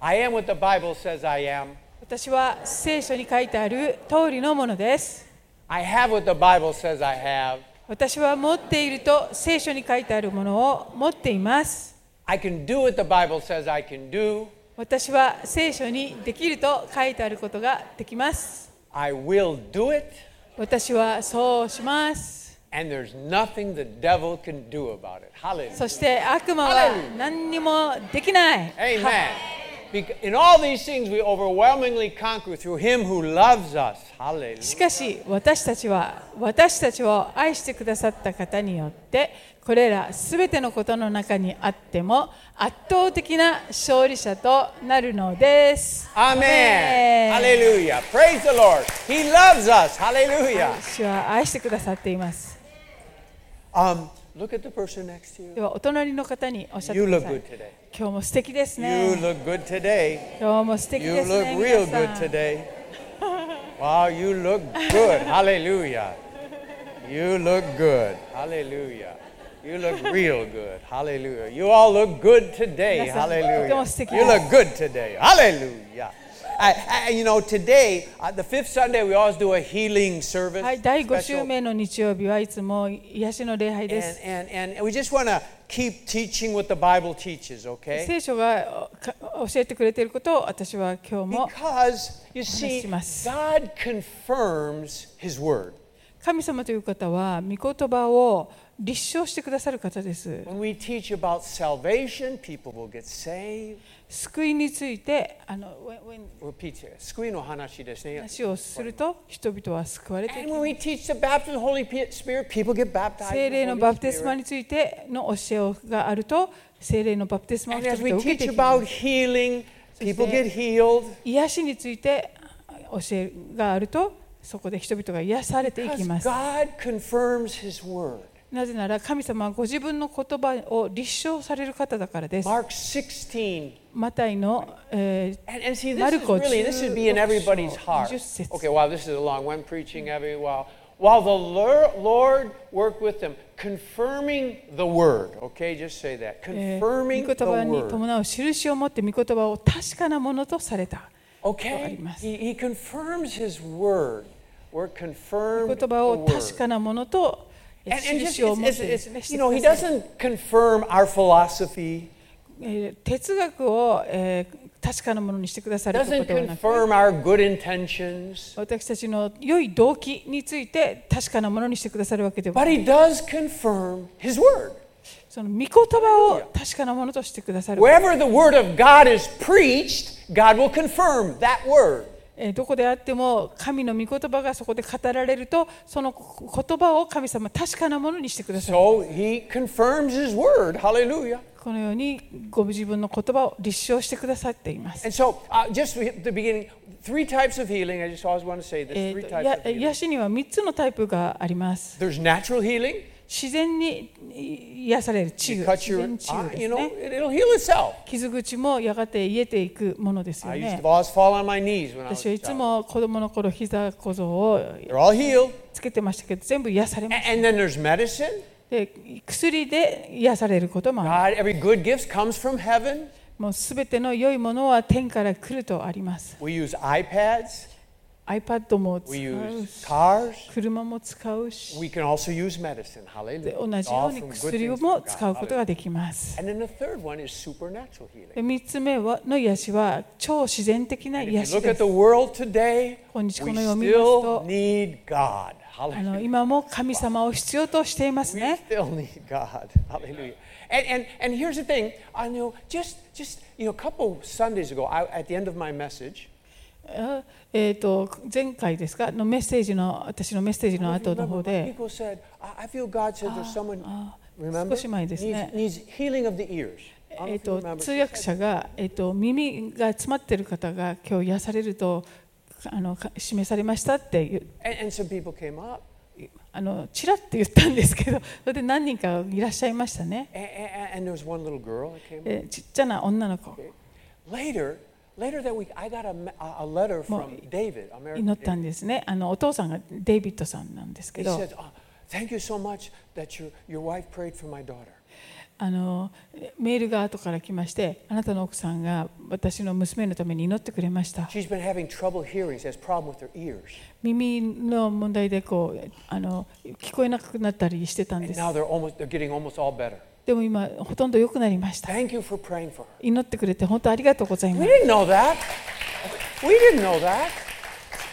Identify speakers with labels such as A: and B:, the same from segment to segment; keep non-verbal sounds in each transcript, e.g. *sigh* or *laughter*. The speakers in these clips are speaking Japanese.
A: I am what the Bible says I am.
B: 私は聖書に書いてある通りのものです。
A: I have what the Bible says I have.
B: 私は持っていると聖書に書いてあるものを持っています。
A: I can do what the Bible says I can do.
B: 私は聖書にできると書いてあることができます。
A: I will do it,
B: 私はそうします。
A: and there's nothing the devil can do about it. Hallelujah.
B: そして悪魔は何にもできない。
A: Amen. Bec- In all these things, we overwhelmingly conquer through him who loves us. Hallelujah.
B: しかし私たちは私たちを愛してくださった方によってこれらすべてのことの中にあっても圧倒的な勝利者となるのです。
A: Amen.
B: アレル
A: Hallelujah. Praise the Lord. He loves us. Hallelujah.
B: 主は愛してくださっています。
A: Um, look at the person next to you.
B: ではお隣の方におっしゃって
A: You
B: くだ
A: look
B: さい
A: good。today.
B: 今日も素敵です
A: You
B: ね。
A: look good today.
B: 今日も素敵
A: You
B: です
A: look
B: ね。
A: real
B: 皆
A: good
B: さん
A: today. Wow, you look good. Hallelujah. You look good. Hallelujah. You look real good. Hallelujah. You all look good today.
B: 皆さん、
A: Hallelujah.
B: とても素敵です。
A: You look good today. Hallelujah. I, I, you know, today, uh, the fifth Sunday, we always do a healing service.
B: はい、第5
A: special
B: 週目の日曜日はいつも癒しの礼拝です。
A: And, and, and we just want to keep teaching what the Bible teaches, okay?
B: 聖書がおか教えてくれていることを私は今日も
A: Because, you see,
B: 話します。
A: God confirms His Word.
B: 神様という方は御言葉を立証してくださる方です
A: When we teach about salvation, people will get saved.
B: 救いについてあの when- when
A: Repeat here. 救いの話ですね。
B: 話をすると人々は救われてい
A: And
B: く
A: when we teach the baptism of the Holy P- Spirit, people get baptized.
B: 聖
A: in
B: 霊
A: the
B: の
A: Holy
B: バプテスマ
A: Spirit.
B: についての教えがあると聖霊のバプテスマを
A: And
B: 人
A: as
B: 々
A: we
B: は受け
A: teach
B: ていきま
A: about
B: す
A: healing, people
B: そして、
A: get healed.
B: 癒しについて教えがあるとそこで人々が癒されていき
A: Because
B: ます
A: God confirms His Word.
B: なぜなら神様はご自分の言葉を立証される方だからです
A: Mark 16,
B: マタイの、えー
A: And, and see, this is
B: マルコ
A: really, this should be in
B: 16
A: everybody's heart.
B: 20節。
A: Okay, wow, this is a long one, preaching every while. While the Lor- Lord worked with them, confirming the word. Okay, just say that.
B: えー
A: Confirming
B: 御言葉に
A: the word.
B: 伴う印を持って御言葉を確かなものとされた。
A: Okay?
B: わかります。
A: He, he confirms his word. We're
B: 御
A: confirmed
B: 言
A: the
B: 葉を
A: word.
B: 確かなものと
A: And, and just,
B: 印
A: it's,
B: を持って
A: it's,
B: ですね
A: it's,
B: して
A: you know,
B: く
A: he
B: ださい
A: doesn't confirm our philosophy,
B: えー哲学を、えー確かなものにしてくださるという
A: doesn't
B: ことはなく
A: confirm our good intentions,
B: 私たちの良い動機について確かなものにしてくださるわけでは
A: but he does confirm his word.
B: その御言葉を確かなものとしてくださる、
A: Wherever the word of God is preached, God will confirm that word.
B: えーどこであっても神の御言葉がそこで語られるとその言葉を神様確かなものにしてくださる
A: So he confirms his word. Hallelujah.
B: このようにご自分の言葉を立証してくださっています。
A: And so, uh, just at the beginning, three types of healing. I just always want to say this
B: え
A: three
B: ー
A: types of
B: と、や
A: healing.
B: 癒しには3つのタイプがあります。
A: There's natural healing.
B: 自然にい癒される治
A: You
B: 癒、
A: cut
B: 自
A: your,
B: 然治
A: ah,
B: 癒で
A: you
B: す
A: know,
B: ね。
A: it, will heal itself.
B: 傷口もやがて癒えていくものですよ
A: I used
B: ね
A: to。always fall on my knees when I was
B: 私
A: a
B: はいつ
A: child.
B: も子供の頃膝小僧を
A: They're all healed.
B: つけてましたけど全部癒され
A: A-
B: ま
A: And, then there's medicine.
B: で薬で癒されることもある
A: God, every good gift comes from heaven.
B: もうすべての良いものは天から来るとあります。
A: We use iPads.
B: iPad も使
A: We
B: う
A: use
B: し、
A: cars.
B: 車も使うし。
A: We can also use medicine.
B: で
A: Hallelujah.
B: 同
A: It's
B: じ
A: all
B: よう
A: from good
B: に薬
A: things
B: も
A: from
B: 使う
A: God.
B: ことができます。
A: And then the third one is supernatural healing.
B: で3つ目はの癒しは超自然的な
A: And
B: 癒
A: if you
B: し
A: look
B: で
A: at the。
B: す
A: world today,
B: 今
A: we
B: 日この世を見ますと
A: still need God.
B: あの
A: Hallelujah.
B: 今も神様を必要としています
A: We
B: ね。
A: still need God. *laughs* Hallelujah. And, and, and here's the thing. I know just, just you know, a couple Sundays ago, I, at the end of my message,
B: あえー、と前回ですかのメッセージの私のメッセージの
A: I
B: 後の
A: remember
B: 方
A: my
B: で
A: people said, I, I feel God said there's someone,
B: あ
A: remember,
B: 少し前です
A: needs,
B: ね、
A: needs healing of the ears. I
B: え
A: don't know if
B: ー、
A: you
B: と
A: remember.
B: 通訳者が、えー、と耳が詰まっている方が今日癒されるとあのか示されましたっていう
A: And, and some people came up.
B: あのちらって言ったんですけどそれで何人かいらっしゃいましたね。
A: And, and, and there was one little girl that came up.
B: えーちっちゃな女の子
A: Later, later that week, I got a, me- a- a letter from David,
B: 祈
A: American
B: った
A: David.
B: んですねあのお父さんがデイビッドさんなんですけ
A: He
B: ど
A: said, "Oh, thank you so much that your, your wife prayed for my daughter.
B: あのメールが後から来ましてあなたの奥さんが私の娘のために祈ってくれました
A: She's been having trouble hearing. She has problem with her ears.
B: 耳の問題でこうあの聞こえなくなったりしてたんで
A: And
B: す
A: now they're almost they're getting almost all better.
B: でも今ほとんど良くなりました
A: Thank you for praying for her.
B: 祈ってくれて本当ありがとうございま
A: We didn't know that. We didn't know that.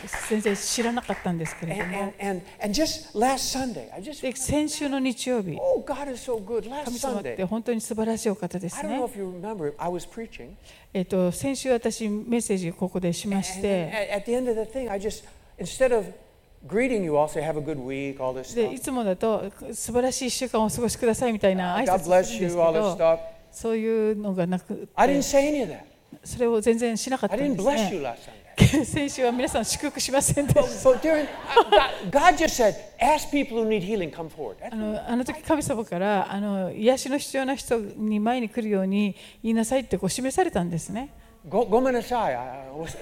B: す先生知らなかったんですけれど
A: And
B: も
A: and and, and just last Sunday, I just
B: で先週の日曜日
A: oh God is so good.
B: 神
A: Last
B: 様って
A: Sunday.
B: 本当に素晴らしいお方で
A: I
B: す
A: don't know
B: ね
A: if you remember, I was preaching.
B: えっと先週私メッセージここでしまし
A: And then
B: て
A: at, at the end of the thing, I just instead of greeting you all, say have a good week, all this
B: でい
A: stuff.
B: つもだと素晴らしい1週間をお過ごしくださいみたいな挨
A: God
B: 拶す
A: bless
B: るんです
A: you,
B: け
A: all this
B: ど
A: stuff.
B: そういうのがなく
A: I didn't say any of that.
B: それを全然しなかった
A: I
B: んで
A: didn't
B: す
A: bless you
B: ね
A: last Sunday.
B: *laughs* 先週は皆さん祝福しませんでした *laughs*
A: So during I- God, God just said, ask people who need healing, come forward.
B: あのあの時神様からあの癒しの必要な人に前に来るように言いなさいってこう示されたんですね
A: Go, go menasai. I, I was-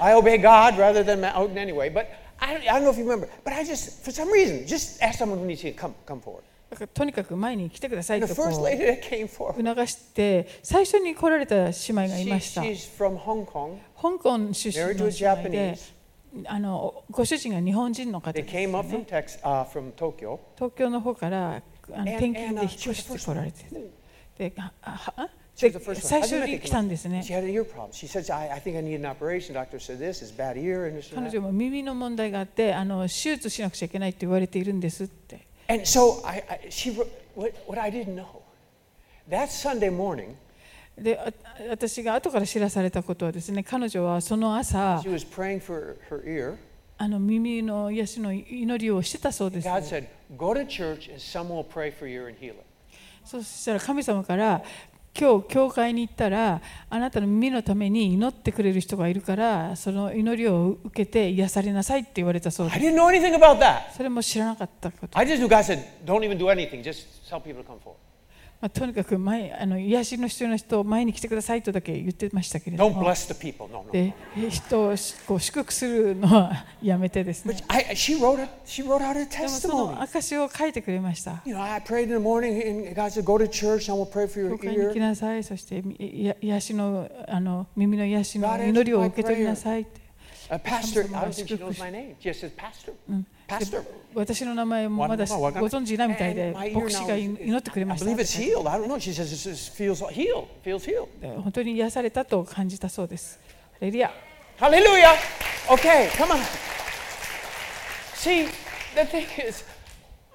A: I obey God rather than man. Oh, anyway, but I, I don't know if you remember, but I just for some reason just ask someone who needs healing, come come forward.
B: だからとにかく前に来てください
A: And
B: と
A: the
B: こ
A: first
B: う
A: lady that came forward,
B: 促して最初に来られた姉妹がい
A: she,
B: ました
A: she's from Hong Kong.
B: 香港出身
A: Married to a
B: の姉妹で
A: Japanese.
B: あのご主人が日本人の方
A: They
B: です
A: came
B: よ
A: up
B: ね
A: from Texas, uh, from Tokyo.
B: 東京の方からあの
A: And-
B: 転勤
A: and,
B: で
A: uh,
B: 引っ越してこられててでああで
A: She was the first one.
B: 最
A: How'd you
B: 初
A: make
B: に
A: it come
B: 来た
A: up?
B: んですね
A: She had an ear problem. She said, I, I think I need an operation. Doctor said this is bad ear and this and
B: 彼
A: that.
B: 女も耳の問題があってあの手術しなくちゃいけないって言われているんですって
A: And so I, I she, wrote- what, what I didn't know, that Sunday morning,
B: であ私が後から知らされたことはですね彼女はその朝
A: she was praying for her ear.
B: あの耳の癒しの祈りをしてたそうです
A: God said, go to church and someone will pray for your ear and heal it.
B: そうしたら神様から今日教会に行ったらあなたの耳のために祈ってくれる人がいるからその祈りを受けて癒されなさいって言われたそうで
A: I
B: す
A: didn't know anything about that.
B: それも知らなかったこと
A: I just knew God said, don't even do anything. Just tell people to come forward.
B: まあ、とにかく前あの癒しの必要な人を前に来てくださいとだけ言ってましたけれど
A: Don't
B: も
A: bless the people. No, no.
B: で人をしこう祝福するのはやめてですね
A: But I, she, wrote a, she wrote out a
B: でもその
A: testimony.
B: 証を書いてくれました
A: You know, I prayed in the morning and God said, go to church and I will pray for
B: 教
A: your
B: 会に
A: ear.
B: 来なさいそしてみい癒しのあの耳の癒しの
A: God answered
B: 祈りを受け取りなさいって
A: A Uh, pastor,
B: Comes to
A: I don't think she
B: mind.
A: knows my name. She just says, pastor.
B: で
A: Pastor.
B: 私の名前もまだ
A: One-
B: ご
A: no, welcome.
B: 存知ないみたいで
A: And my ear
B: 牧師
A: now
B: が
A: is-
B: 祈ってくれ
A: I
B: ました
A: believe it's healed. I don't know. She says, it feels healed. Feels healed.
B: で本当に癒されたと感じたそうですハレリア
A: Hallelujah. Okay, come on. See, the thing is,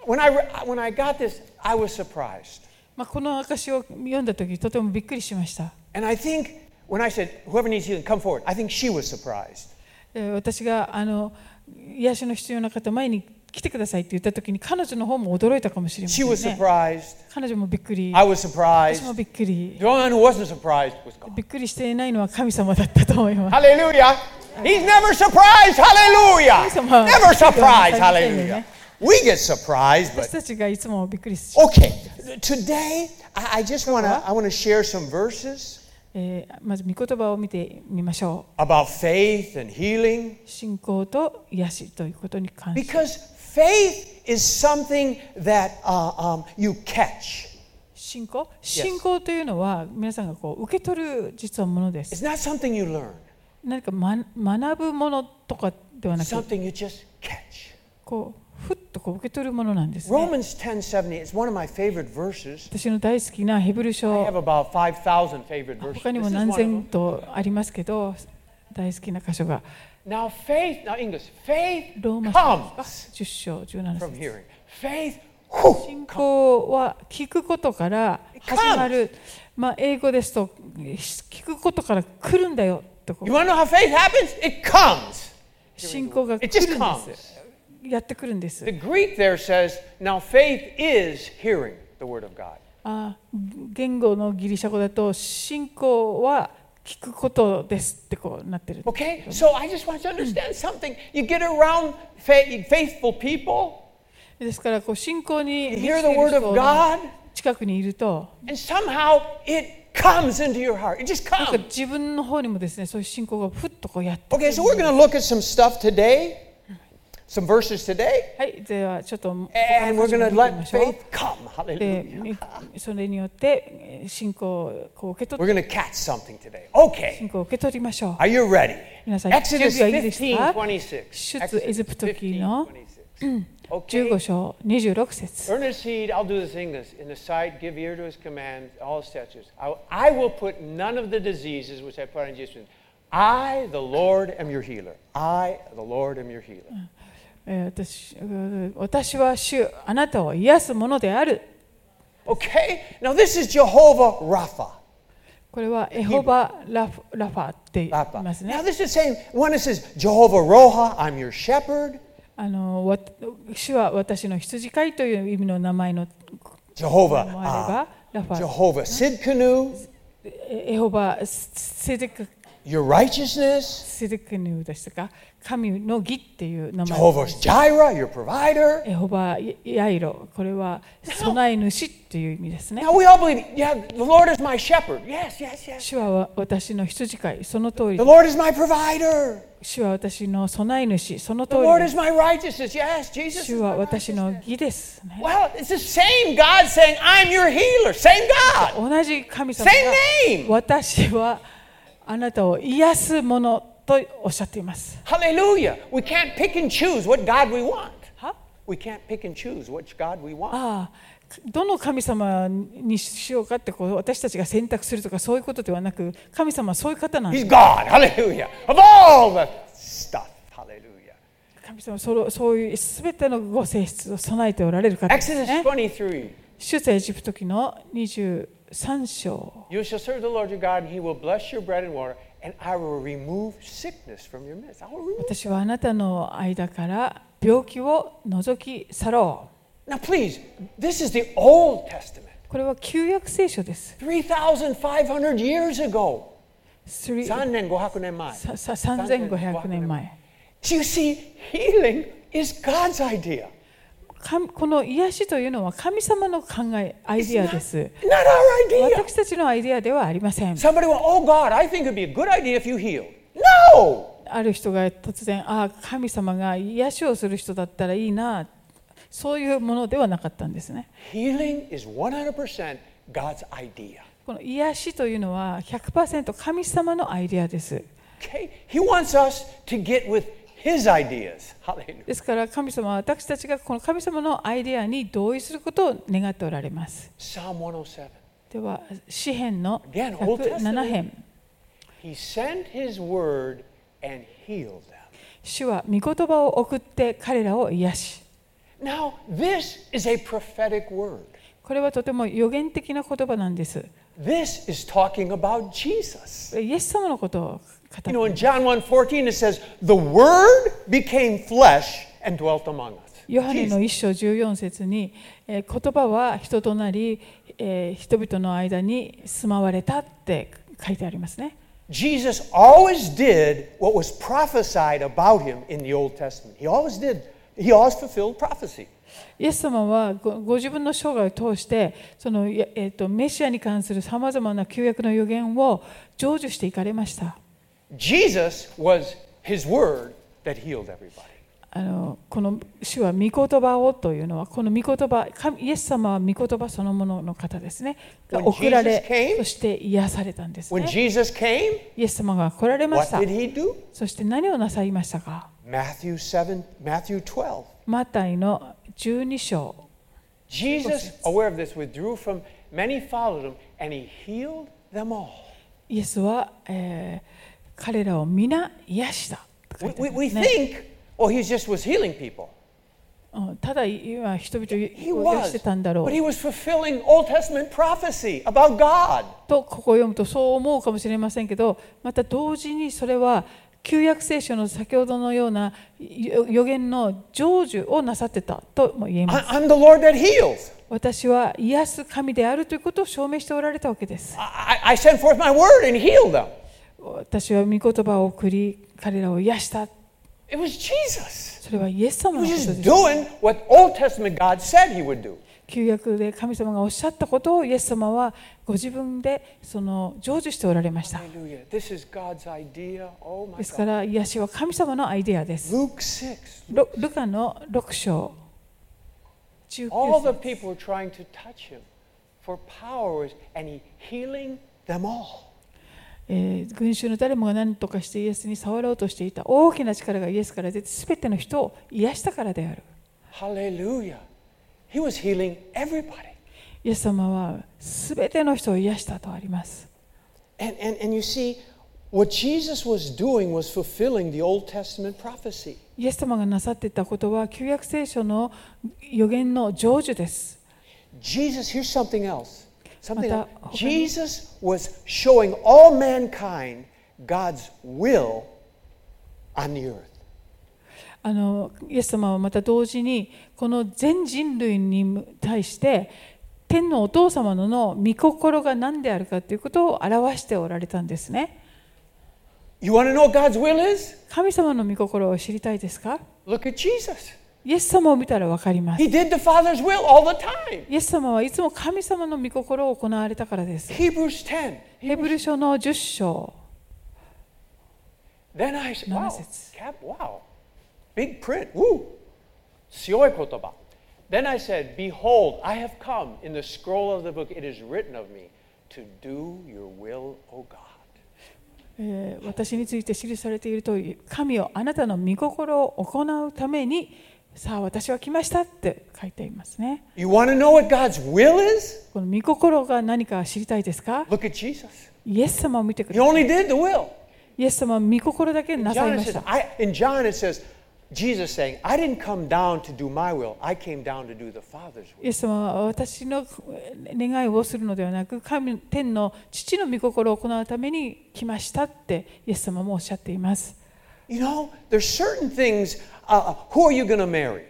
A: when I, re- when I got this, I was surprised.
B: まあ、この証を読んだ時とてもびっくりしました
A: And I think when I said, whoever needs healing, come forward, I think she was surprised.
B: で私があの癒しの必要な方前に来てくださいって言った時に彼女の方も驚いたかもしれま
A: She
B: せ
A: was
B: んね
A: surprised.
B: 彼女もびっくり
A: I was
B: 私
A: surprised.
B: もびっくり
A: The only one who wasn't surprised was God.
B: びっくりしていないのは神様だったと思います
A: Hallelujah. He's never surprised. Hallelujah.
B: Somehow.
A: Never surprised.
B: Yeah, I understand
A: Hallelujah.
B: that.
A: We get surprised,
B: 私
A: but
B: たちがいつもびっくりし、
A: okay. Today, I, I just want to I want to share some verses
B: えーまず御言葉を見てみましょ
A: about faith and healing
B: う信仰と癒しということに関して
A: because faith is something that uh, um, you catch.
B: 信仰信仰というのは皆さんがこう受け取る実はものです
A: It's not something you learn.
B: 何か、ま、学ぶものとかではな
A: It's
B: く
A: something you just catch.
B: こうふっとこう受け取るものなんです、ね
A: Romans 10:70. It's one of my favorite verses.
B: 私の大好きなヘブル
A: I
B: 書
A: have about 5,000 favorite
B: まあ
A: verses.
B: 他に
A: This
B: も
A: is one
B: 何
A: of
B: 千
A: them.
B: とありますけど大好きな箇所が
A: Now faith. Now English. Faith
B: ローマ書
A: comes
B: 10章17
A: from
B: 節
A: hearing. Faith. whew,
B: 信仰は聞くことから始まる、まあ、英語ですと聞くことから来るんだよとこ
A: You want to know how faith happens? It comes.
B: 信仰が来
A: It
B: る
A: just
B: んで
A: comes.
B: すやってくるんです
A: The Greek there says, now faith is hearing the word of God.
B: あ言語のギリシャ語だと信仰は聞くことですってこうなってる
A: Okay? So I just want you to understand something. You get around faith, faithful people,
B: ですからこう信仰に
A: you
B: 満ち
A: hear
B: て
A: the
B: いる
A: word
B: 人
A: of
B: の
A: God,
B: 近くにいると
A: and somehow it comes into your heart. It just
B: なんか
A: comes.
B: 自分の方にもですねそういう信仰がふっとこうやってくる
A: Okay, so we're going to look at some stuff today some verses today,
B: はい、ではちょっとお話を
A: and we're
B: 見て
A: going to
B: みま
A: let
B: しょう
A: faith come.
B: で
A: Hallelujah.
B: みそれによってえー信仰をこう受け
A: We're
B: 取っ
A: going to catch something today. Okay.
B: 信仰を受け取りましょう。
A: Are you ready?
B: 皆さん、
A: Exodus
B: 準備はいいですか？
A: 15:26.
B: 出
A: Exodus
B: エジプト記
A: 15:26.
B: の15
A: Okay.
B: 章26節
A: Earnest heed, I'll do this English. In the sight, give ear to his commands, all his statutes. I, I will put none of the diseases which I put on Jesus. I, the Lord, am your healer. I, the Lord, am your healer.
B: えー私うー私は主あなたを癒すものである
A: Okay? Now, this is Jehovah Rapha.
B: これはエホバラフラファって言い
A: Rapha.
B: ます
A: Now,
B: ね
A: this is saying, one it says, Jehovah Roha, I'm your shepherd.
B: あのわ主は私の羊飼いという意味の名前の
A: Jehovah,
B: もあ
A: uh,
B: ればラファ
A: Jehovah Sidkenu,
B: エホバセデク
A: your righteousness.
B: セデクヌーでしたか神の義っていう名前
A: Jehovah Jireh, your provider.
B: エホバヤイロこれは備え主っていう意味ですね
A: Now, we all believe, yeah, the Lord is my shepherd. Yes, yes, yes.
B: 主は私の羊飼いその通り
A: The Lord is my provider.
B: 主は私の備え主その通
A: The Lord
B: り
A: is my righteousness. Yes, Jesus.
B: 主
A: is
B: は
A: my
B: 私
A: righteousness.
B: の義です、ね、
A: Well, it's the same God saying, I'm your healer. Same God.
B: 同じ神様
A: Same name.
B: が私はあなたを癒すものとおっしゃっています
A: Hallelujah. We can't pick and choose what God we want.
B: は
A: We can't pick and choose which God we want.
B: ああどの神様にしようかってこう私たちが選択するとかそういうことではなく神様はそういう方なんです
A: He's God. Hallelujah. Of all the stuff. Hallelujah.
B: 神様はそのそういう全てのご性質を備えておられる方です
A: Exodus
B: ね
A: 23.
B: 出エジプト記の23章
A: You shall serve the Lord your God, and he will bless your bread and water, and I will remove sickness from your midst. I will remove.
B: 私はあなたの間から病気を除き去ろ
A: Now, please, this is the Old Testament.
B: うこれは旧約聖書です
A: 3,500 years ago.
B: 3さ
A: 3,500年前。
B: さ3500年前
A: Do you see, healing is God's idea.
B: かんこの癒しというのは神様の考えアイ
A: It's
B: デア
A: not,
B: です
A: not our idea.
B: 私たちのアイデアではありません
A: Somebody went, oh God, I think it'd be a good idea if you healed. No!
B: ある人が突然ああ神様が癒しをする人だったらいいなそういうものではなかったんですね
A: Healing is 100% God's idea.
B: この癒しというのは100%神様のアイデアです
A: Okay? He wants us to get with His ideas. Hallelujah.
B: ですから神様は私たちがこの神様のアイデアに同意することを願っておられます
A: Psalm 107.
B: では詩篇の
A: Again, Old Testament.
B: 107編
A: He sent His word and healed them.
B: 主は御言葉を送って彼らを癒し
A: Now, this is a prophetic word.
B: これはとても予言的な言葉なんです
A: This is talking about Jesus.
B: イエス様のことを語って
A: You
B: い
A: know,
B: ま
A: in John 1
B: す
A: 14, it says, The Word became flesh and dwelt among us.
B: ヨハネ
A: Jesus.
B: の一章14節に、えー言葉は人となり、えー人々の間に住まわれたって書いてありますね。
A: Jesus always did what was prophesied about him in the Old Testament. He always did, he always fulfilled prophecy.
B: イエス様はごご自分の生涯を通してその、いやえーとメシアに関するさまざまな旧約の予言を成就していかれました。
A: Jesus was his Word that healed everybody.
B: あのこの主は御言葉をというのはこの御言葉神イエス様は御言葉そのものの方ですねが
A: When
B: 送られ
A: Jesus came-
B: そして癒されたんです、
A: When
B: ね、
A: Jesus came,
B: イエス様が来られま
A: what
B: した
A: did he do?
B: そして何をなさいましたか
A: Matthew 7, Matthew 12.
B: マタイの12章
A: Jesus, aware of this, withdrew from many followed him, and he healed them all.
B: イエスは、えー彼らを皆癒したと書
A: We,
B: い
A: we,
B: てあり
A: we
B: ますね
A: think, oh, he just was healing people.
B: うんただ今人々を
A: He
B: 癒し
A: was,
B: てたんだろ
A: but he
B: う
A: was fulfilling Old Testament prophecy about God.
B: とここを読むとそう思うかもしれませんけどまた同時にそれは旧約聖書の先ほどのようなよ予言の成就をなさってたとも言えます
A: I, am the Lord that heals.
B: 私は癒す神であるということを証明しておられたわけです
A: I, I I sent forth my word and healed them.
B: 私は御言葉を送り彼らを癒した
A: It was Jesus.
B: それはイエス様
A: He
B: の
A: was
B: ことです
A: just doing what Old Testament God said he would do.
B: 旧旧約で神様がおっしゃったことをイエス様はご自分でその成就しておられました
A: Hallelujah. This is God's idea. Oh my
B: ですか
A: God.
B: ら癒しは神様のアイデアです
A: Luke 6.
B: ロルカの6章
A: All
B: 19
A: the
B: 節
A: people were trying to touch him for powers, and he healing them all.
B: えー群衆の誰もが何とかしてイエスに触ろうとしていた大きな力がイエスから出て全ての人を癒したからである
A: Hallelujah. He was healing everybody.
B: イエス様は全ての人を癒したとあります
A: And, and, and you see, what Jesus was doing was fulfilling the Old Testament prophecy.
B: イエス様がなさっていたことは旧約聖書の予言の成就です
A: Jesus, here's something else. Something
B: Mata-
A: else.
B: okay.
A: Jesus was showing all mankind God's will on the earth.
B: あのイエス様はまた同時にこの全人類に対して天のお父様のの御心が何であるかということを表しておられたんですね
A: You want to know what God's will is?
B: 神様の御心を知りたいですか
A: Look at Jesus.
B: イエス様を見たら分かります
A: He did the Father's will all the time.
B: イエス様はいつも神様の御心を行われたからです
A: Hebrews 10.
B: ヘブル書の10章
A: Then I said, wow,
B: Nonsense.
A: cap, wow, big print, woo, sioi kotoba. Then I said, behold, I have come in the scroll of the book. It is written of me to do your will, O God.
B: えー私について記されているという神をあなたの御心を行うためにさあ私は来ましたって書いていますね
A: You want to know what God's will is?
B: この御心が何か知りたいですか
A: Look at Jesus.
B: イエス様を見てく
A: He
B: ださい
A: only did the will.
B: イエス様は御心だけ
A: In
B: なさい
A: John,
B: ま
A: it
B: し
A: says,
B: た
A: I, in John it says, Jesus saying, I didn't come down to do my will. I came down to do the Father's will.
B: イエス様は私のえー願いをするのではなく神天の父の御心を行うために来ましたってイエス様もおっしゃっています
A: You know, there's certain things. Uh, who are you going to marry?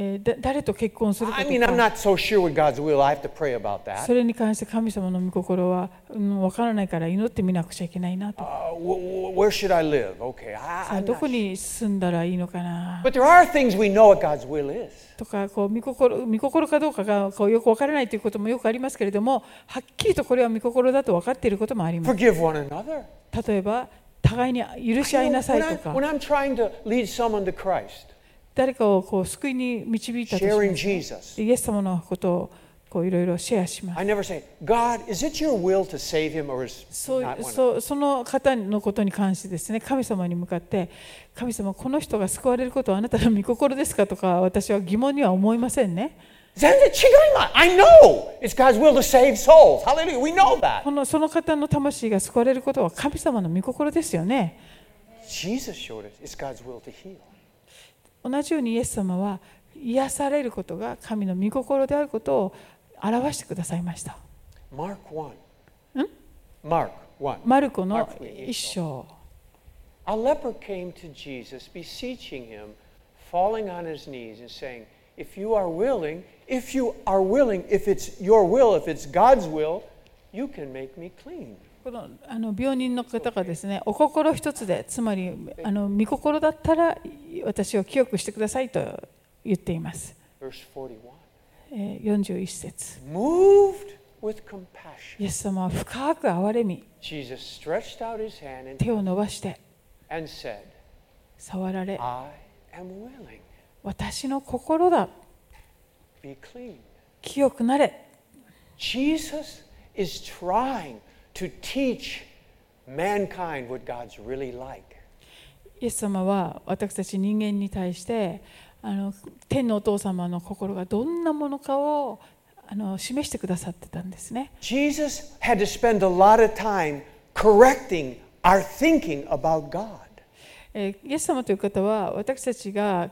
B: えーだ誰と結婚するか
A: I
B: と
A: mean, I'm
B: か
A: not so sure with God's will. I have to pray about that.
B: それに関して神様の御心は、うん、分からないから祈ってみなくちゃいけないなと
A: Uh, wh- wh- where should I live? Okay, I,
B: さあ
A: I'm
B: ど
A: not
B: こ
A: sure.
B: に住んだらいいのかな
A: But there are things we know what God's will is.
B: とかこう見心見心かどうかがこうよくわからないということもよくありますけれどもはっきりとこれは見心だと分かっていることもあります
A: Forgive one another.
B: 例えば互いに許し合
A: You know,
B: いなさ
A: when,
B: い
A: I'm,
B: とか
A: when I'm trying to lead someone to Christ,
B: 誰かをこう救いに導いたとします
A: sharing Jesus,
B: イエス様のことをこういろいろシェアします
A: I never say, God, is it your will to save him or is
B: そう
A: not one? of-"
B: そうその方のことに関してですね神様に向かって神様この人が救われることはあなたの御心ですかとか私は疑問には思いませんね
A: 全然違います。I know it's God's will to save souls. Hallelujah. We know that.
B: このその方の魂が救われることは神様の御心ですよね
A: Jesus showed us it's God's will to heal.
B: 同じようにイエス様は癒されることが神の御心であることを表してくださいました
A: Mark 1. Mark 1.
B: マルコ
A: マル
B: の
A: コ
B: 一章
A: A leper came to Jesus, beseeching him, falling on his knees and saying, If you are willing, if you are willing, if it's your will, if it's God's will, you can make me clean.
B: このあの病人の方がですねお心一つでつまりあの御心だったら私を清くしてくださいと言っています、
A: Verse 41.
B: えー41節
A: Moved with compassion,
B: イエス様は深く憐れみ
A: Jesus stretched out his hand and,
B: 手を伸ばして
A: and said,
B: 触られ
A: I am willing,
B: 私の心だ
A: be clean.
B: 清くなれ
A: Jesus is trying to teach mankind what God's really like.
B: イエス様は私たち人間に対してあの天のお父様の心がどんなものかをあの示してくださってたんですね
A: Jesus had to spend a lot of time correcting our thinking about God.
B: えーイエス様という方は私たちが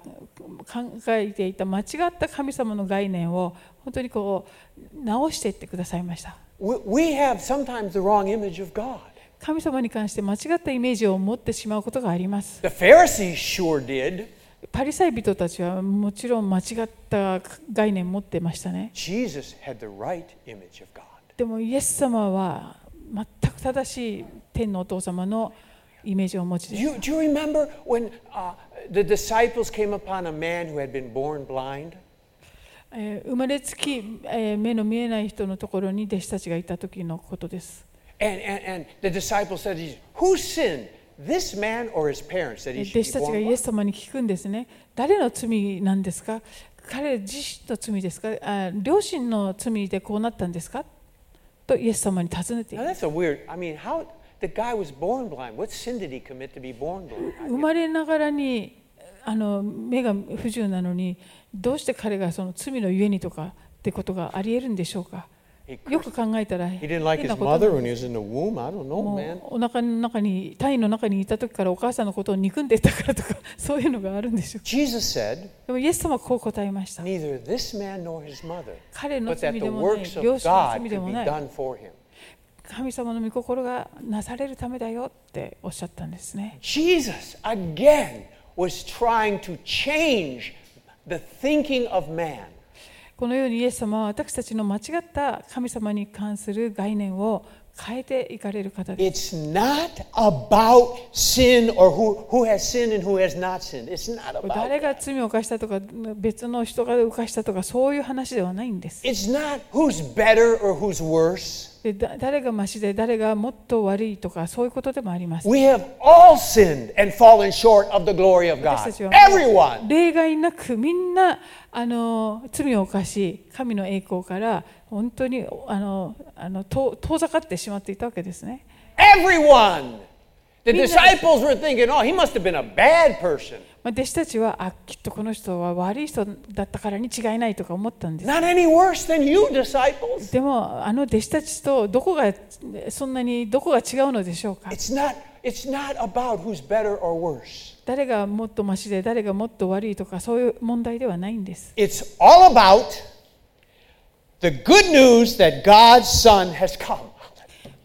B: 考えていた間違った神様の概念を本当にこう直していってくださいました
A: We- We have sometimes the wrong image of God.
B: 神様に関して間違ったイメージを持ってしまうことがあります
A: The Pharisees sure did.
B: パリサイ人たちはもちろん間違った概念を持ってましたね
A: Jesus had the right image of God.
B: でもイエス様は全く正しい天のお父様のイメージをお持ち
A: Do
B: です
A: you, do you remember when uh, the disciples came upon a man who had been born blind?
B: えー生まれつき、えー目の見えない人のところに弟子たちがいた時のことです。
A: And, and, and the disciples said to Jesus, Who sinned, this man or his parents, that
B: え
A: he
B: ー弟
A: should be
B: 子たちが
A: born
B: イエス
A: blind?
B: 様に聞くんですね。誰の罪なんですか彼自身の罪ですかあ両親の罪でこうなったんですかとイエス様に尋ねてい
A: Now
B: ます。
A: that's a weird, I mean, how, the guy was born blind. What sin did he commit to be born blind?
B: 生まれながらにあの目が不自由なのにどうして彼がその罪のゆえにとかってことがありえるんでしょうか
A: He
B: よ
A: cursed-
B: く考えたら
A: He
B: 変
A: didn't like
B: な
A: his
B: こと
A: mother when he was in the womb. I don't know,
B: も
A: man.
B: うお腹の中に体の中にいた時からお母さんのことを憎んでいたからとかそういうのがあるんでしょう
A: Jesus said,
B: でもイエス様はこう答えました
A: neither this man nor his mother,
B: 彼の
A: but
B: 罪
A: that
B: で
A: the
B: もない
A: works
B: 両
A: of
B: 親
A: God
B: の罪
A: could
B: でも
A: be
B: ない
A: done for him.
B: 神様の御心がなされるためだよっておっしゃったんですね
A: Jesus, again, was trying to change the thinking of man.
B: このようにイエス様は私たちの間違った神様に関する概念を変えていかれる方です。
A: It's not about sin or who, who has sinned and who has not sinned. It's not about
B: 誰
A: that.
B: が罪を犯したとか別の人が犯したとかそういう話ではないんです。
A: It's not who's better or who's worse.
B: でだ誰がマシで誰がもっと悪いとかそういうことでもあります。
A: We have all sinned and fallen short of the glory of
B: 私
A: God.
B: たちは
A: Everyone.
B: 例外なくみんなあの罪を犯し神の栄光から本当にあのあの遠遠ざかってしまっていたわけですね。
A: Everyone. The
B: Minha-
A: disciples were thinking, oh, he must have been a bad person.
B: まあ弟子たちはあきっとこの人は悪い人だったからに違いないとか思ったんです。
A: Not any worse than you, disciples.
B: でもあの弟子たちとどこがそんなにどこが違うのでしょうか
A: It's not, it's not about who's better or worse.
B: 誰がもっとマシで誰がもっと悪いとかそういう問題ではないんです
A: It's all about the good news that God's Son has come.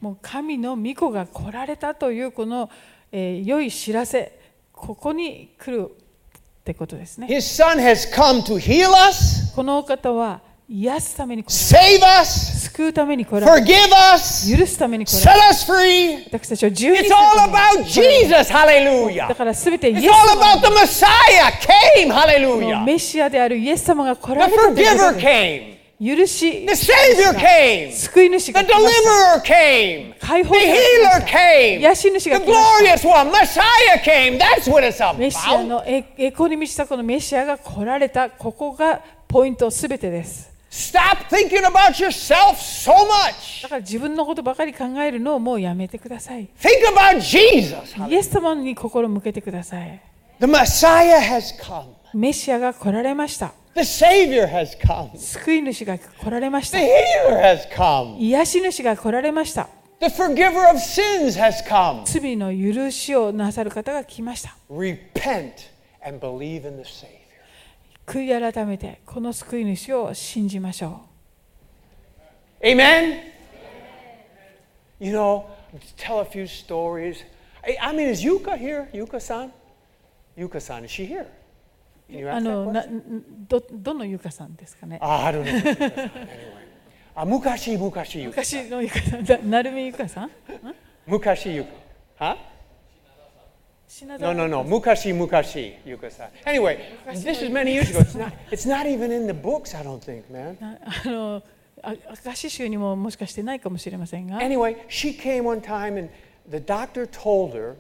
B: もう神の御子が来られたというこの、えー良い知らせここに来るってことですね
A: His Son has come to heal us,
B: このお方は癒すために来られ
A: save us,
B: 救うために来られ
A: forgive us,
B: 許すために来られ
A: set us free.
B: 私たちを自由にす
A: It's
B: る
A: all
B: ため
A: about
B: に
A: Jesus.
B: だ
A: Hallelujah.
B: から全てイエ
A: It's
B: ス
A: all
B: 様
A: about the Messiah came.
B: の
A: Hallelujah.
B: メシアであるイエス様が来ら
A: The
B: れたということ
A: Forgiver
B: で
A: came.
B: 許し
A: The Savior came.
B: 救い主
A: The
B: が来ました
A: Deliverer came.
B: Hi,
A: The healer came.
B: Yashinushi-ga
A: The
B: kimashita.
A: glorious one, Messiah came. That's what it's
B: メシア
A: about.
B: の栄栄光に満ちたこのメシアが来られたここがポイントすべてです。
A: Stop thinking about yourself so much.
B: だから自分のことばかり考えるのをもうやめてください。
A: Think about Jesus.
B: イエス様に心を向けてください。
A: The Messiah has come.
B: メシアが来られました。
A: The Savior has come.
B: 救い主が来られまし
A: The
B: た。
A: healer has come.
B: 癒し主が来られました。
A: The forgiver of sins has come.
B: 罪の許しをなさる方が来ました。
A: Repent and believe in the Savior.
B: 悔い改めてこの救い主を信じましょ
A: Amen? You know, tell a few stories. I, I mean, is Yuka here? Yuka san? Yuka san, is she here? Can
B: う。
A: you
B: あ
A: ask that question?
B: のなどどのゆかさんですかね。
A: Ah, I don't know. if it's Yuka-san, anyway. Ah, mukashi, mukashi, Yuka.
B: 昔のゆかさん、ななるみゆかさん
A: Mukashi, Yuka. Huh?
B: 品田
A: No, no, no. Mukashi, mukashi, Yuka-san. Anyway, this is many years ago. It's not, it's not even in the books, I don't think, man.
B: なあのあ明石州にももしかしてないかもしれませんが
A: Anyway, she came one time and the doctor told her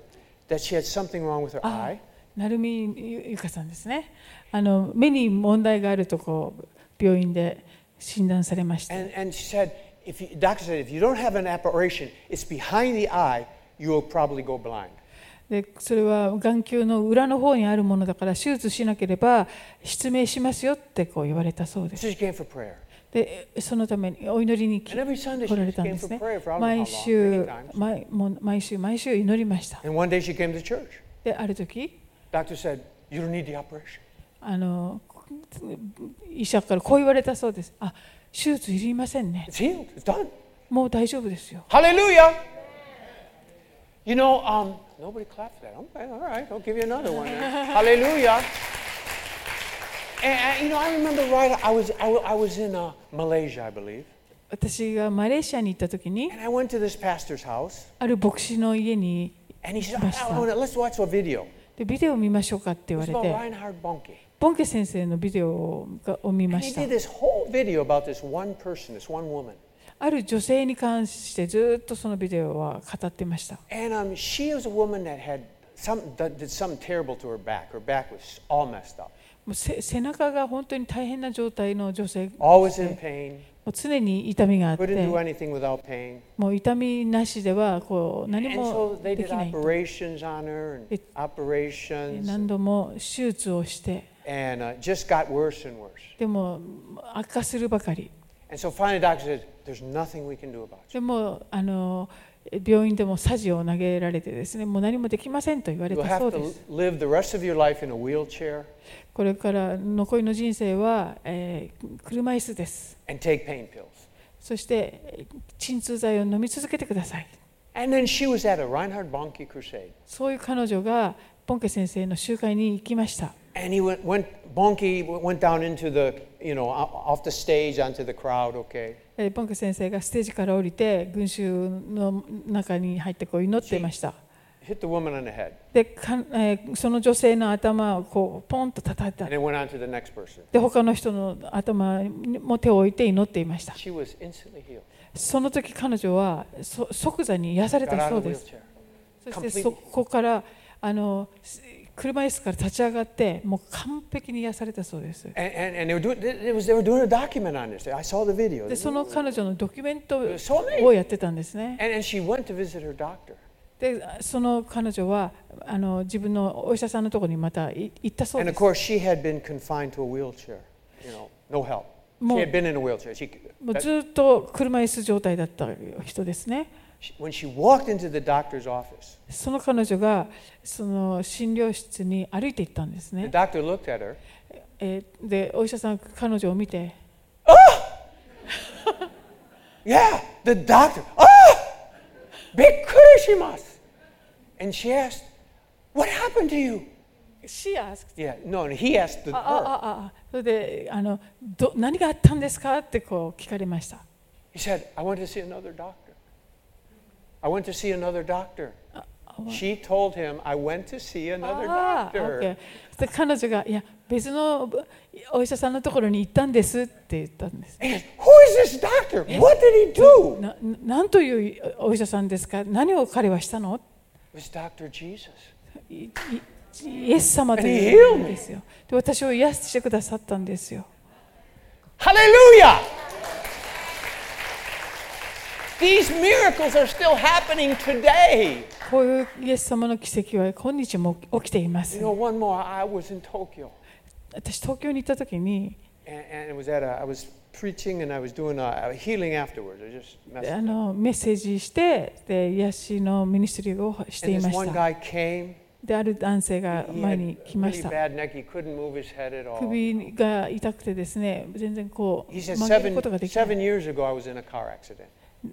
A: that she had something wrong with her
B: Uh-huh.
A: eye.
B: 成美ゆゆかさんですねあの目に問題があるとこう病院で診断されました、
A: And, and she said, if you, doctor said, if you don't have an apparition, it's behind the eye, you will probably go blind.
B: でそれは眼球の裏の方にあるものだから手術しなければ失明しますよってこう言われたそうです
A: So she came for prayer.
B: でそのためにお祈りに来
A: And every Sunday
B: 来られ
A: she
B: たんで
A: came
B: す
A: for
B: ね
A: prayer for I don't know how
B: 毎
A: long,
B: 週
A: many times.
B: 毎もう毎週毎週祈りました
A: And one day she came to church.
B: である時
A: Doctor said, you don't need the operation.
B: あの医者からこう言われたそうです。あ手術いりませんね。
A: It's healed. It's done.
B: もう大丈夫ですよ。
A: Hallelujah. You know, um, nobody clapped for that. Okay, all right. I'll give you another one. Then. Hallelujah. And, and, you know, I remember right, I was, I, wa- I was in uh, Malaysia, I believe.
B: 私がマレーシアに行った時に
A: And I went to this pastor's house.
B: ある牧師の家に
A: And he said,
B: Basta.
A: "Oh, no, let's watch a video.
B: でビデオ見ましょうかって言
A: It
B: わ
A: was
B: れ
A: about
B: て
A: Reinhard Bonnke.
B: ボンケ先生のビデオを見ま
A: He
B: した
A: did this whole video about this one person, this one woman.
B: ある女性に関してずっとそのビデオは語ってました
A: And um, she was a woman that had some, that did something terrible to her back. Her back was all messed up,
B: もうせ背中が本当に大変な状態の女性
A: always in pain,
B: もう常に痛みがあっ
A: couldn't do
B: て
A: anything without pain.
B: もう痛みなしではこう何
A: And so
B: も
A: they
B: で
A: did
B: きない
A: operations on her and
B: It-
A: operations,
B: 何度も手術をして
A: and uh, just got worse and worse.
B: でも悪化するばかり
A: And so finally, the doctor said, "There's nothing we can do about you.
B: でもあの病院でもサジを投げられてですねもう何もできませんと言われ
A: You'll
B: た
A: have
B: そうで
A: to
B: す
A: live the rest of your life in a wheelchair
B: これから残りの人生は、えー車椅子です
A: and take pain pills."
B: そしてえー鎮痛剤を飲み続けてください
A: And then she was at a Reinhard Bonnke crusade.
B: そういう彼女がポンケ先生の集会に行きました
A: And he went, went Bonnke went down into the, you know, o- off the stage onto the crowd, okay?
B: えーポンケ先生がステージから降りて群衆の中に入ってこう祈っていました
A: Hit the woman on the head.
B: でかん、えーその女性の頭をこうポンと叩いた
A: And then went on to the next person.
B: で他の人の頭にも手を置いて祈っていました
A: She was instantly healed.
B: その時彼女はそ即座に癒され
A: Got
B: た
A: out
B: そう
A: of the
B: です
A: wheelchair.
B: そして
A: Completely.
B: そこからあのす車椅子から立ち上がってもう完璧に癒されたそうです
A: And, and, and they, were doing, it was, they were doing a document on this. I saw the video.
B: で
A: And,
B: その彼女のドキュメント
A: そうね
B: をやってたんですね
A: and she went to visit her doctor.
B: でその彼女はあの自分のお医者さんのところにまたい行ったそう
A: And
B: で
A: of
B: す
A: course, she had been confined to a wheelchair, you know, no help. She
B: Mo-
A: had been in a wheelchair. She,
B: もう
A: that-
B: ずっと車椅子状態だった人ですね
A: she- when she walked into the doctor's office,
B: その彼女がその診療室に歩いて行ったんですね
A: the doctor looked at her
B: えーでお医者さん彼女を見て
A: Yeah, the doctor. Ah! Bikurishimas. And she asked, What happened to you?
B: 「She asked
A: Yeah, no, and he asked the, her.
B: ああああそれであのど何があったんですかってこう聞かれました
A: He said, I went to see another doctor. I went to see another doctor. She told him, I went to see another
B: ああ
A: doctor.
B: OK で彼女が「いや別のお医者さんのところに行ったんです」って言ったんです
A: And who is this doctor? What did he do?
B: な何というお医者さんですか何を彼はしたの
A: It was Dr. Jesus.
B: いいイエス様と
A: And he
B: い
A: healed
B: う
A: me.
B: んですよで私を癒してくださったんですよ
A: Hallelujah! These miracles are still happening today.
B: こういうイエス様の奇跡は今日も起きています
A: You know, one more. I was in Tokyo.
B: 私東京に行った時に
A: and, and it was at a, I was preaching and I was doing a, a healing afterwards. I just
B: あ
A: messed.
B: のメッセージしてで癒しのミニストリーをして
A: And
B: い
A: this
B: ま
A: one
B: した
A: guy came.
B: である男性が
A: He
B: 前
A: had
B: に
A: a
B: 来まし
A: really
B: た
A: bad neck. He couldn't move his head at all.
B: 首が痛くてですね全然こう
A: He said,
B: 曲げることが
A: seven,
B: できない
A: seven years ago, I was in a car accident.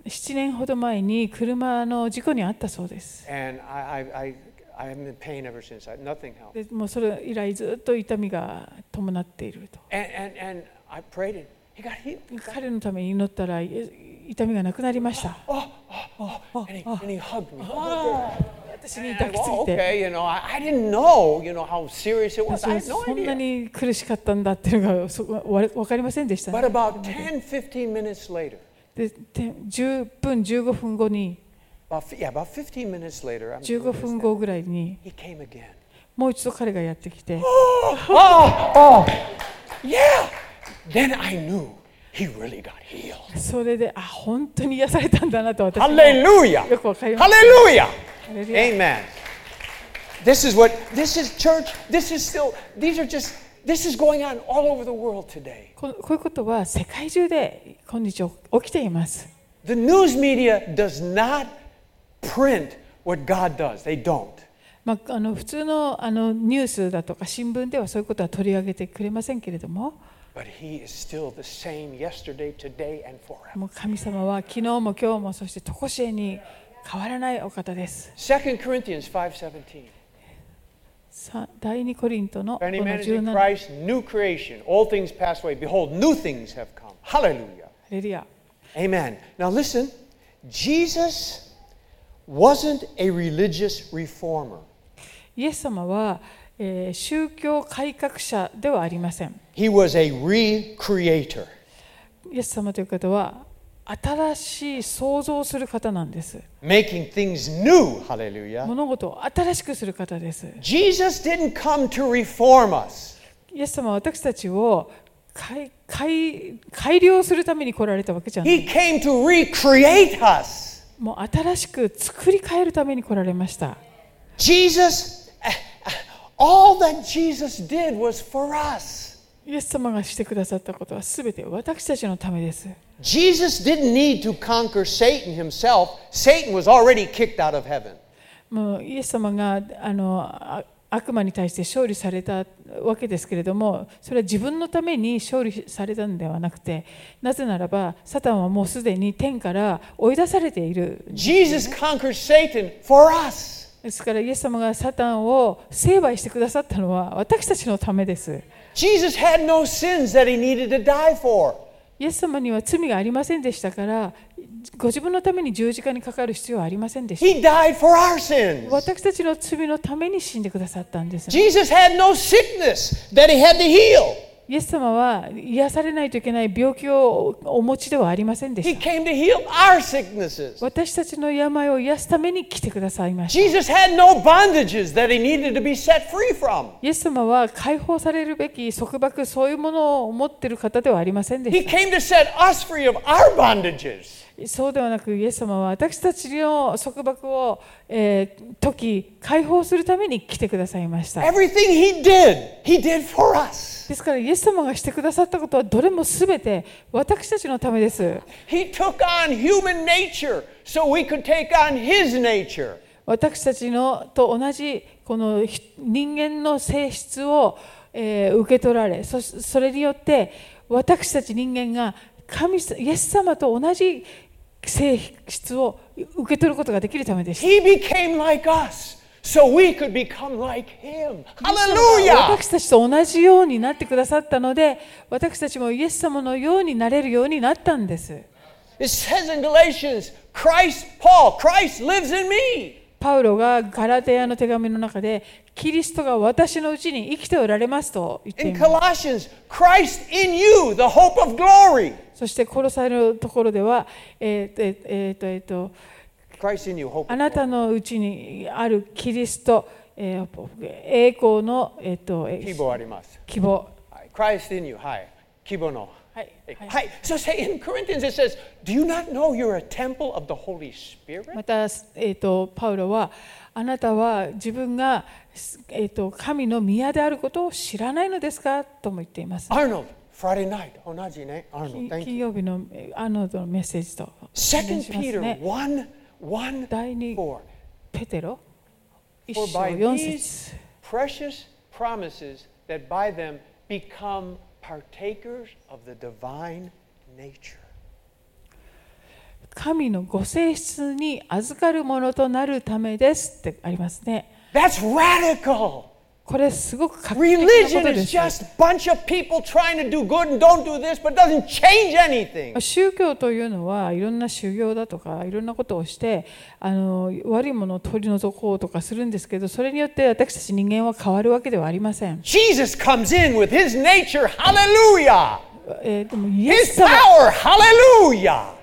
B: 7年ほど前に車の事故に遭ったそうです
A: And I, I, I, I have been in pain ever since. I, nothing helped.
B: でもうそれ以来ずっと痛みが伴っていると
A: And, and, and I prayed it. He got healed.
B: 彼のために祈ったらえ痛みがなくなりました
A: And he, and Oh, he hugged me.
B: 私に
A: And
B: 抱
A: I,
B: きつ
A: well,
B: いて
A: okay, you know, I, I didn't know, you know, how serious it was.
B: 私
A: I
B: は
A: had no
B: そんな
A: idea.
B: に苦しかったんだっていうのがそわ分かりませんでした、
A: But
B: ね、
A: about 10, 15 minutes later,
B: でて10分15分後に
A: about, fi- yeah, about 15 minutes later, I'm
B: 15分後ぐらいに
A: He came again.
B: もう一度彼がやってきて
A: Oh, oh, yeah. Then I knew he really got healed.
B: それであ本当に癒されたんだなと私も
A: Hallelujah.
B: よくわかりまし
A: Hallelujah.
B: た。ハレルヤ
A: Amen. This is what, this is church, this is still, these are just, this is going on all over the world today.
B: ここういうことは世界中で今日起きています。
A: The news media does not print what God does, they don't.
B: まあ、あの普通のあのニュースだとか新聞ではそういうことは取り上げてくれませんけれども
A: But He is still the same yesterday, today, and forever.
B: もう神様は昨日も今日もそして常しえに変わらないお方です。
A: 2 Corinthians 5.17.
B: さ第2コリント
A: If
B: のこ
A: any
B: の
A: man is in
B: 17ハ
A: Christ, new creation. All things pass away. Behold, new things have come. Hallelujah.
B: レルヤ
A: Amen. Now listen, Jesus wasn't a religious reformer.
B: イエス様は、えー宗教改革者ではありません。
A: He was a recreator.
B: イエス様という方は新しい創造する方なんです。
A: making things new. Hallelujah.
B: 物事を新しくする方です。
A: Jesus didn't come to reform us.
B: イエス様は私たちを改改改良するために来られたわけじゃない。
A: He came to recreate us.
B: もう新しく作り変えるために来られました。
A: Jesus, eh, all that Jesus did was for us.
B: イエス様がしてくださったことは全て私たちのためです。
A: Jesus didn't need to conquer Satan himself. Satan was already kicked out of heaven.
B: もうイエス様があのあ悪魔に対して勝利されたわけですけれども、それは自分のために勝利されたのではなくて、なぜならば、サタンはもうすでに天から追い出されている。
A: Jesus conquered Satan for us.
B: ですから、イエス様がサタンを成敗してくださったのは私たちのためです。
A: Jesus had no sins that he needed to die for.
B: イエス様には罪がありませんでしたから、ご自分のために十字架にかかる必要はありませんでした。
A: He died for our sins.
B: 私たちの罪のために死んでくださったんです。
A: Jesus had no sickness that he had to heal.
B: イエス様は癒されないといけない病気をお持ちではありませんで
A: He
B: した。
A: came to heal our sicknesses.
B: 私たちの病を癒すために来てくださいました。
A: Jesus had no bondages that he needed to be set free from.
B: イエス様は解放されるべき束縛、そういうものを持っている方ではありませんで
A: He
B: し
A: came to set us free of our bondages.
B: た。そうではなく、イエス様は私たちの束縛を、えー解き、解放するために来てくださいました。
A: Everything he did, he did for us.
B: ですから、イエス様がしてくださったことはどれもすべて私たちのためです。
A: He took on human nature so we could take on his nature.
B: 私たちのと同じこのひ人間の性質を、えー受け取られそしそれによって私たち人間が神さイエス様と同じ性質を受け取ることができるためでした。
A: He became like us so we could become like him.
B: イエス様が
A: Hallelujah!
B: 私たちと同じようになってくださったので私たちもイエス様のようになれるようになったんです。
A: It says in Galatians, Christ, Paul, Christ lives in me.
B: パウロがガラテヤの手紙の中でキリストが私のうちに生きておられますと言ってい
A: In
B: ます。
A: Colossians, Christ in you, the hope of glory.
B: そして殺されるところでは、えーえーえーとえーと
A: Christ in you, hope
B: あ
A: of
B: な
A: glory.
B: たのうちにあるキリスト、えー栄光の、えーとえー
A: 希望あります。
B: 希望、
A: はい。Christ in you. はい。希望の。
B: はいはい
A: はい。So say in Corinthians it says, Do you not know you're a temple of the Holy Spirit?
B: また、えーとパウロはあなたは自分が、えーと神の宮であることを知らないのですかとも言っています。
A: Arnold, Friday night. Oh, eh? 同じね。Arnold, thank
B: 金
A: you.
B: 曜日のえーアーノルドのメッセージと関
A: Second
B: 連します
A: Peter
B: ね。
A: 1, 1,
B: 第二
A: 4.
B: ペテロ
A: For
B: 一章
A: by
B: 四
A: these
B: 節
A: precious promises that by them become partakers of the divine nature.
B: 神のご性質に預かるものとなるためですってありますね。
A: That's radical.
B: これすごく確実なこ
A: Religion
B: とで
A: is
B: す。
A: just a bunch of people trying to do good and don't do this, but doesn't change anything.
B: 宗教というのはいろんな修行だとかいろんなことをしてあの悪いものを取り除こうとかするんですけどそれによって私たち人間は変わるわけではありません。
A: Jesus comes in with his nature, hallelujah.
B: えーでもイエ
A: His
B: ス様
A: power, hallelujah.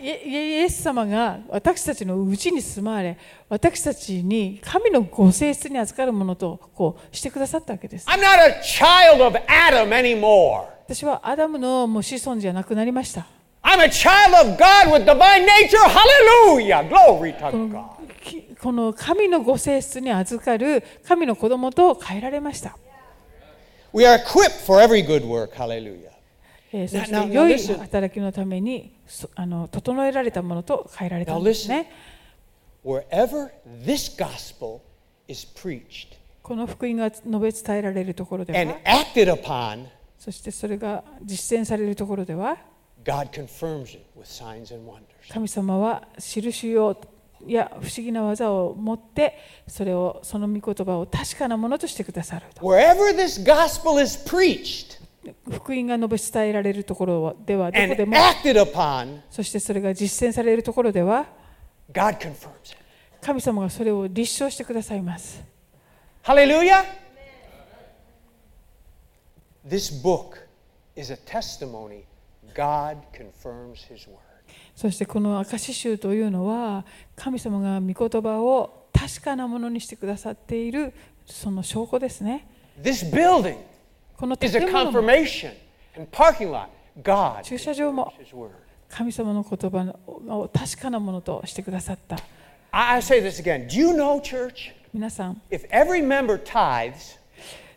B: イエイエス様が私たちのうちに住まわれ私たちに神のご性質に預かるものとこうしてくださったわけです。
A: I'm not a child of Adam anymore.
B: 私はアダムのもう子孫じゃなくなりました。
A: I'm a child of God with divine nature, hallelujah. Glory to God.
B: きこの神のご性質に預かる神の子供と変えられました。
A: We are equipped for every good worwork, hallelujah.
B: えーそ
A: Now-
B: し
A: now-
B: て
A: now
B: 良い
A: listen.
B: 働きのためにそあの整えられたものと変えられた
A: Now
B: んですね。
A: Wherever this gospel is preached
B: この福音が述べ伝えられるところで
A: and
B: は、
A: acted upon,
B: そしてそれが実践されるところでは、
A: God confirms it with signs and wonders.
B: 神様は印をや不思議な技を持って、それをその御言葉を確かなものとしてくださると。
A: Wherever this gospel is preached
B: 福音が述べ伝えられるところでは、どこで
A: and
B: も、
A: acted upon,
B: そしてそれが実践されるところでは、
A: God confirms it.
B: 神様がそれを立証してくださいます。
A: Hallelujah. This book is a testimony God confirms His word.
B: そしてこの証し集というのは神様が御言葉を確かなものにしてくださっているその証拠ですね。
A: This building
B: この
A: is a
B: 建物も
A: confirmation and parking lot. God
B: 駐車場も
A: confirms His word.
B: 神様の言葉を確かなものとしてくださった。
A: I I say this again. Do you know, church?
B: 皆さん、
A: If every member tithes,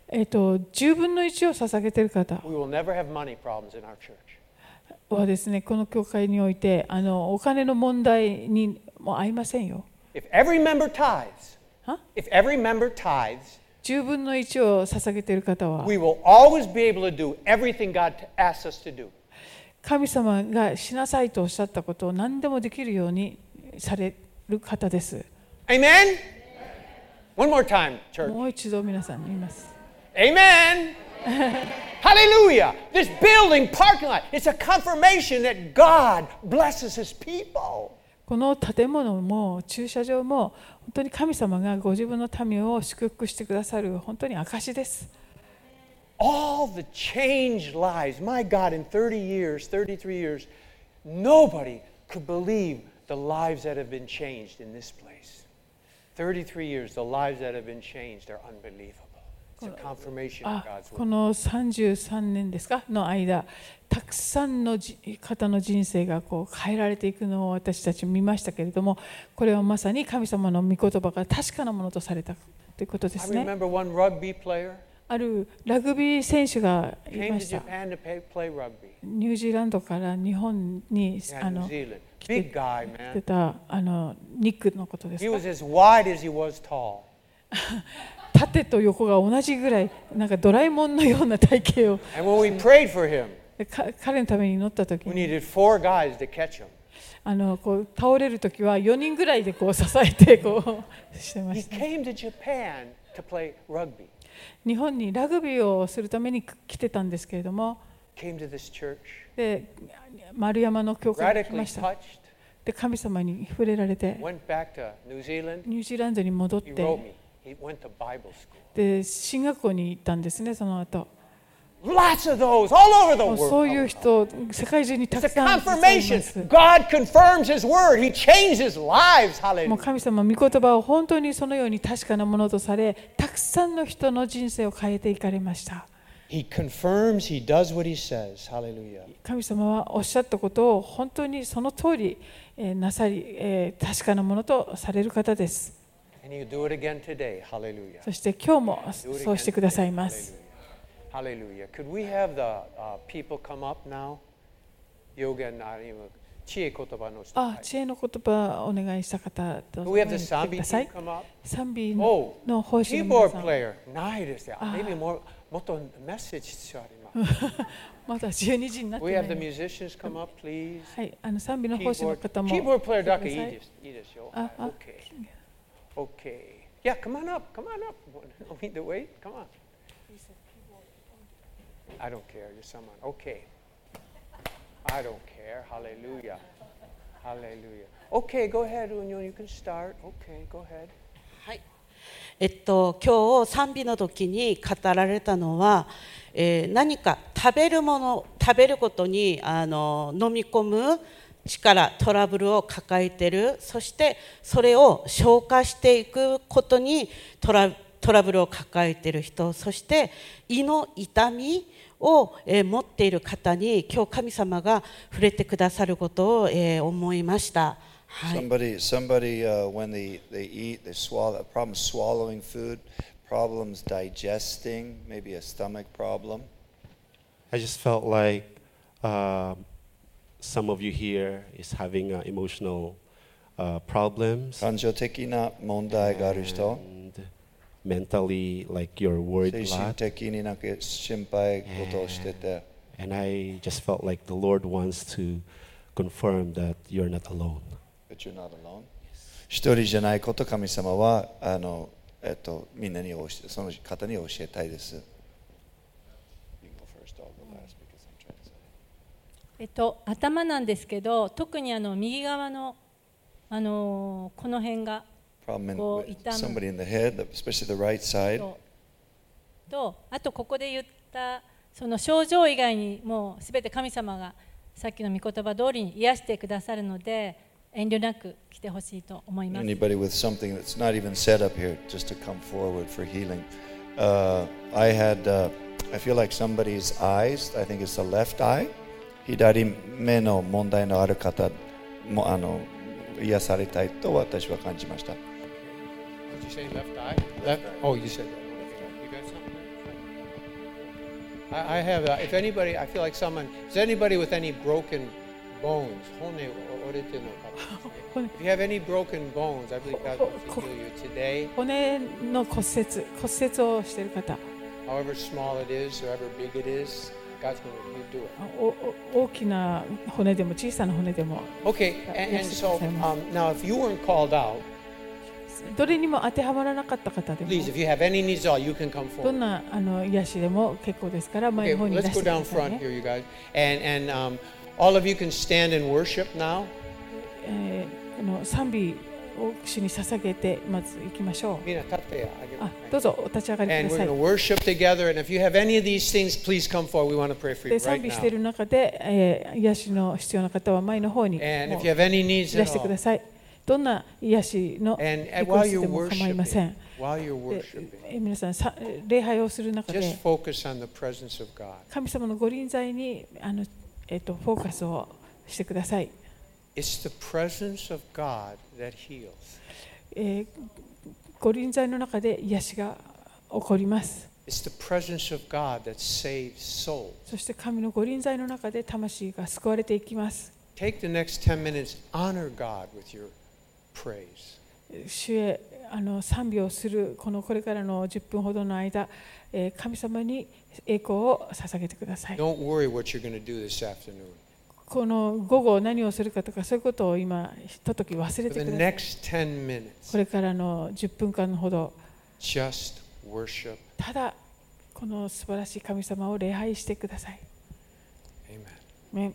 B: えっと10分の1を捧げている方
A: we will never have money problems in our church.
B: はですね、この教会においてあのお金の問題にも合いませんよ。
A: If every member tithes,
B: Huh?
A: if every member tithes,
B: 10分の1を捧げている方は
A: we will always be able to do everything God t- asks us to do.
B: 神様がしなさいとおっしゃったことを何でもできるようにされる方です。
A: Amen? One more time, church.
B: もう一度皆さんに言います。
A: Amen. *laughs* Hallelujah. This building, parking lot, it's a confirmation that God blesses his people.
B: この建物も駐車場も本当に神様がご自分の民を祝福してくださる本当に証です。
A: All the changed lives. My God, in 30 years, 33 years, nobody could believe the lives that have been changed in this place. 33 years, the lives that have been changed are unbelievable. It's a confirmation
B: あ
A: of God's word.
B: この33年ですかの間たくさんのじ方の人生がこう変えられていくのを私たち見ましたけれどもこれはまさに神様の御言葉が確かなものとされたということで
A: I
B: すね。
A: remember one rugby player
B: あるラグビー選手がい
A: came
B: ま
A: to
B: した。
A: Japan to pay, play rugby.
B: ニュージーランドから日本に
A: Yeah,
B: あ
A: New
B: の
A: Zealand.
B: 来て-
A: Big guy,
B: 出
A: man.
B: たあのニックのことです
A: He
B: か
A: was as wide as he was tall.
B: 縦と横が同じぐらいなんかドラえもんのような体型を
A: And when we prayed for him,
B: でか彼のために乗った時
A: we
B: に
A: needed four guys to catch him.
B: あのこう倒れる時は4人ぐらいでこう支えてこうしてま
A: He
B: した
A: came to Japan to play rugby.
B: 日本にラグビーをするために来てたんですけれども
A: Came to this church,
B: で丸山の教会に来
A: radically
B: ました
A: touched,
B: で神様に触れられて
A: went back to New Zealand.
B: ニュージーランドに戻っ
A: He wrote
B: て
A: me. He went to Bible school.
B: で進学校に行ったんですねその後
A: Lots of those all over the
B: もうそういう
A: world.
B: 人世界中にた
A: It's
B: く
A: a
B: さん実はいま
A: confirmation.
B: す
A: God confirms His word. He changes lives.
B: も
A: Hallelujah.
B: う神様御言葉を本当にそのように確かなものとされたくさんの人の人生を変えていかれました
A: He confirms. He does what He says. Hallelujah.
B: 神様はおっしゃったことを本当にその通りえーなさりえー確かなものとされる方です
A: And He'll do it again today. Hallelujah.
B: そして今日も
A: Do it
B: そうして
A: again
B: くださ
A: today.
B: います
A: Hallelujah. Hallelujah. Could we have the uh, people come up now? Yoga and Arima. Oh, Chie kotoba no
B: あ
A: tsukai.
B: 知恵の言葉をお願いした方ど
A: Could
B: う
A: we
B: ぞ
A: have the
B: 前
A: Sambi
B: に来てくださ
A: team
B: い
A: come up?
B: 賛美
A: Oh,
B: のの奉仕の皆
A: keyboard
B: さん
A: player. Nai desu ne.
B: Ah.
A: Maybe more, motto message *laughs* sharimasu.
B: まだ12時になっ
A: We
B: て
A: have
B: な
A: the
B: い
A: musicians come up, please.
B: はいあの賛美の奉仕の
A: Keyboard,
B: 方も
A: keyboard player
B: 来てくだ
A: dake
B: さ
A: ii
B: い
A: desu. Ii desu yo.
B: Ah, ah.
A: Okay. Okay. Yeah, come on up. Come on up. *laughs* Don't need to wait. Come on. I don't care. You're someone. Okay. I don't care. Hallelujah. Hallelujah. Okay, go ahead, Unyon. You can start. Okay, go ahead.
C: はいえっと、今日賛美の時に語られたのは、えー何か食べるもの食べることにあの飲み込む力トラブルを抱えてるそしてそれを消化していくことにトラトラブルを抱えてる人そして胃の痛みを、えー持っている方に今日神様が触れてくださることを、えー思いました。はい
D: Somebody, somebody, uh, when they, they eat, they swallow, problems swallowing food, problems digesting, maybe a stomach problem.
E: I just felt like uh, some of you here is having uh, emotional uh, problems
D: 感情的な問題がある人、
E: and mentally, like you're worried
D: 精
E: a
D: 神
E: lot.
D: 的になんか心配事をしてて、
E: And I just felt like the Lord wants to confirm that you're not alone.
D: But you're not alone. 一人じゃないこと神様はあの、えっと、みんなに教えその方に教えたいです。You can go first, I'll go last because I'm trying to say.
F: えっと、頭なんですけど特にあの右側の、あのーこの辺が
D: Problem in,
F: こう
D: with
F: 痛む
D: somebody in the head, especially the right side.
F: ととあとここで言ったその症状以外にもうすべて神様がさっきの御言葉通りに癒してくださるので遠慮なく来てほしいと思います。
D: Anybody with something that's not even set up here, just to come forward for healing. Uh, I had, uh, I feel like somebody's eyes, I think it's the left eye, 左目の問題のある方もあの癒されたいと私は感じました。
A: Did you say left eye? Left. Oh, you said that. You got something? I, I have. Uh, if anybody, I feel like someone. Is anybody with any broken bones? Hone o- orete no kata. If you have any broken bones, I believe God wants to heal you today,
B: 骨の骨折骨折をしている方
A: however small it is, however big it is. God's going to you do it.
B: おお大きな骨でも小さな骨でも
A: Okay, and, and so um, now if you weren't called out,
B: どれにも当てはまらなかった方でも
A: please, if you have any needs at all, you can come
B: ど
A: forward.
B: んなあの癒しでも結構ですから前
A: Okay,
B: の方に出
A: let's go
B: してくだ
A: down
B: さ
A: front
B: いね
A: here, you guys. And, and um, all of you can stand and worship now.
B: えーあの賛美を主に捧げてまず行きましょう
A: Mina, tate ya. I
B: あ
A: give-
B: どうぞお立ち上がり
A: And
B: くだ
A: we're
B: さ
A: going to
B: い
A: worship together. And if you have any of these things, please come forward. We want to pray for
B: で
A: you
B: 賛
A: right
B: 美して
A: now.
B: いる中で、えー癒しの必要な方は前の方にも
A: And if
B: う
A: you have any
B: い
A: needs
B: ら
A: at
B: してく
A: all,
B: ださいどんな癒しの
A: and,
B: リ
A: and
B: クエ
A: while
B: スト
A: you're
B: でも構いません
A: worshiping, while you're
B: で
A: worshiping,
B: え皆さんさ礼拝をする中
A: just
B: で
A: focus on the presence of God.
B: 神様のご臨在にあの、えっとフォーカスをしてください、
A: It's the presence of God that heals.
B: えーご臨在の中で癒しが起こります
A: It's the presence of God that saves souls.
B: そして神のご臨在の中で魂が救われていきます
A: Take the next 10 minutes, honor God with your praise.
B: 主へあの賛美をするこのこれからの10分ほどの間、えー神様に栄光を捧げてください
A: Don't worry what you're going to do this afternoon.
B: この午後何をするかとかそういうことを今ひととき忘れ
A: For the
B: てください
A: next 10 minutes,
B: これからの10分間ほど
A: just worship.
B: ただこの素晴らしい神様を礼拝してください
A: Amen.
B: アーメン